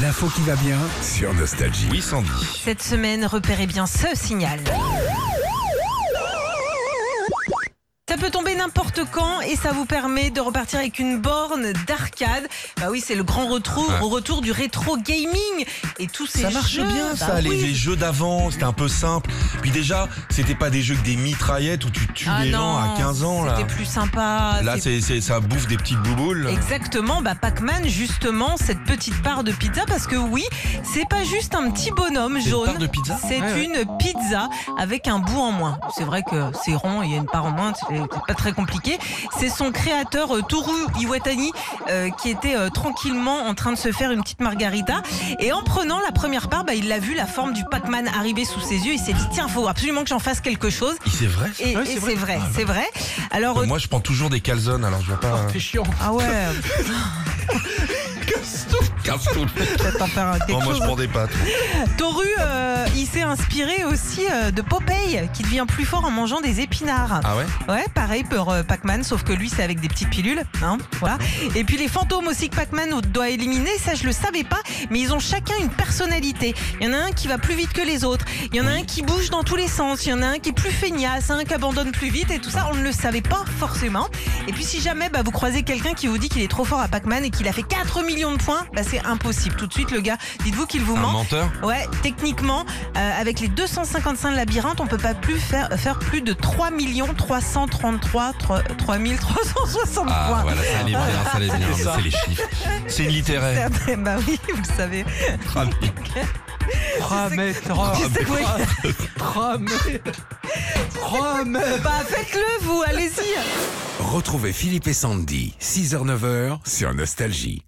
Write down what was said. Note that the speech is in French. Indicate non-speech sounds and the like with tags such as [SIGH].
L'info qui va bien sur Nostalgie. Oui, Sandy. Cette semaine, repérez bien ce signal. Ça peut tomber n'importe quand et ça vous permet de repartir avec une borne d'arcade. Bah oui, c'est le grand retour, au retour du rétro gaming et tous ces Ça marche jeux, bien, ça. bah les, oui. les jeux d'avant, c'était un peu simple. Puis déjà, c'était pas des jeux que des mitraillettes où tu tues Ah les gens non, à 15 ans, là. C'était plus sympa. Là, c'est, c'est- c'est- ça bouffe des petites bouboules. Exactement, bah Pac-Man justement cette petite part de pizza parce que oui, c'est pas juste un petit bonhomme C'est une jaune. part de pizza C'est Ouais, ouais. une pizza avec un bout en moins. C'est vrai que c'est rond, il y a une part en moins, c'est c'est pas très compliqué. C'est son créateur euh, Toru Iwatani euh, qui était euh, tranquillement en train de se faire une petite margarita et en prenant la première part, bah, il l'a vu la forme du Pac-Man arriver sous ses yeux, il s'est dit tiens, faut absolument que j'en fasse quelque chose. Et c'est vrai. Et, Ouais, et c'est vrai, c'est vrai. Alors euh, Moi, je prends toujours des calzones, alors je vois pas. hein. C'est chiant. [LAUGHS] ah ouais, [LAUGHS] peut-être en faire un- quelque Non, moi, chose. je prends des pâtes. Toru, euh, il s'est inspiré aussi euh, de Popeye, qui devient plus fort en mangeant des épinards. Ah ouais Ouais, pareil pour euh, Pac-Man, sauf que lui, c'est avec des petites pilules. Hein, voilà. Et puis les fantômes aussi que Pac-Man doit éliminer, ça, je le savais pas, mais ils ont chacun une personnalité. Il y en a un qui va plus vite que les autres, il y en a un qui bouge dans tous les sens, il y en a un qui est plus feignasse, un qui abandonne plus vite, et tout ça, on ne le savait pas forcément. Et puis si jamais bah, vous croisez quelqu'un qui vous dit qu'il est trop fort à Pac-Man et qu'il a fait 4 millions de points, bah, c'est impossible. Tout de suite, le gars, dites-vous qu'il vous Un ment. menteur Ouais, techniquement, euh, avec les 255 labyrinthes, on peut pas plus faire, euh, faire plus de 3 333 3, 360 Ah, points. voilà, ça allait bien, ça allait bien. mais C'est les chiffres. C'est [LAUGHS] littéraire. Certes, Bah oui, vous le savez. Ah, mais- 3 mètres, 3 Qu'est-ce que vous voulez 3 [LAUGHS] mètres. 3 mètres. Bah faites-le vous, allez-y. Retrouvez Philippe et Sandy, 6h-9h sur Nostalgie.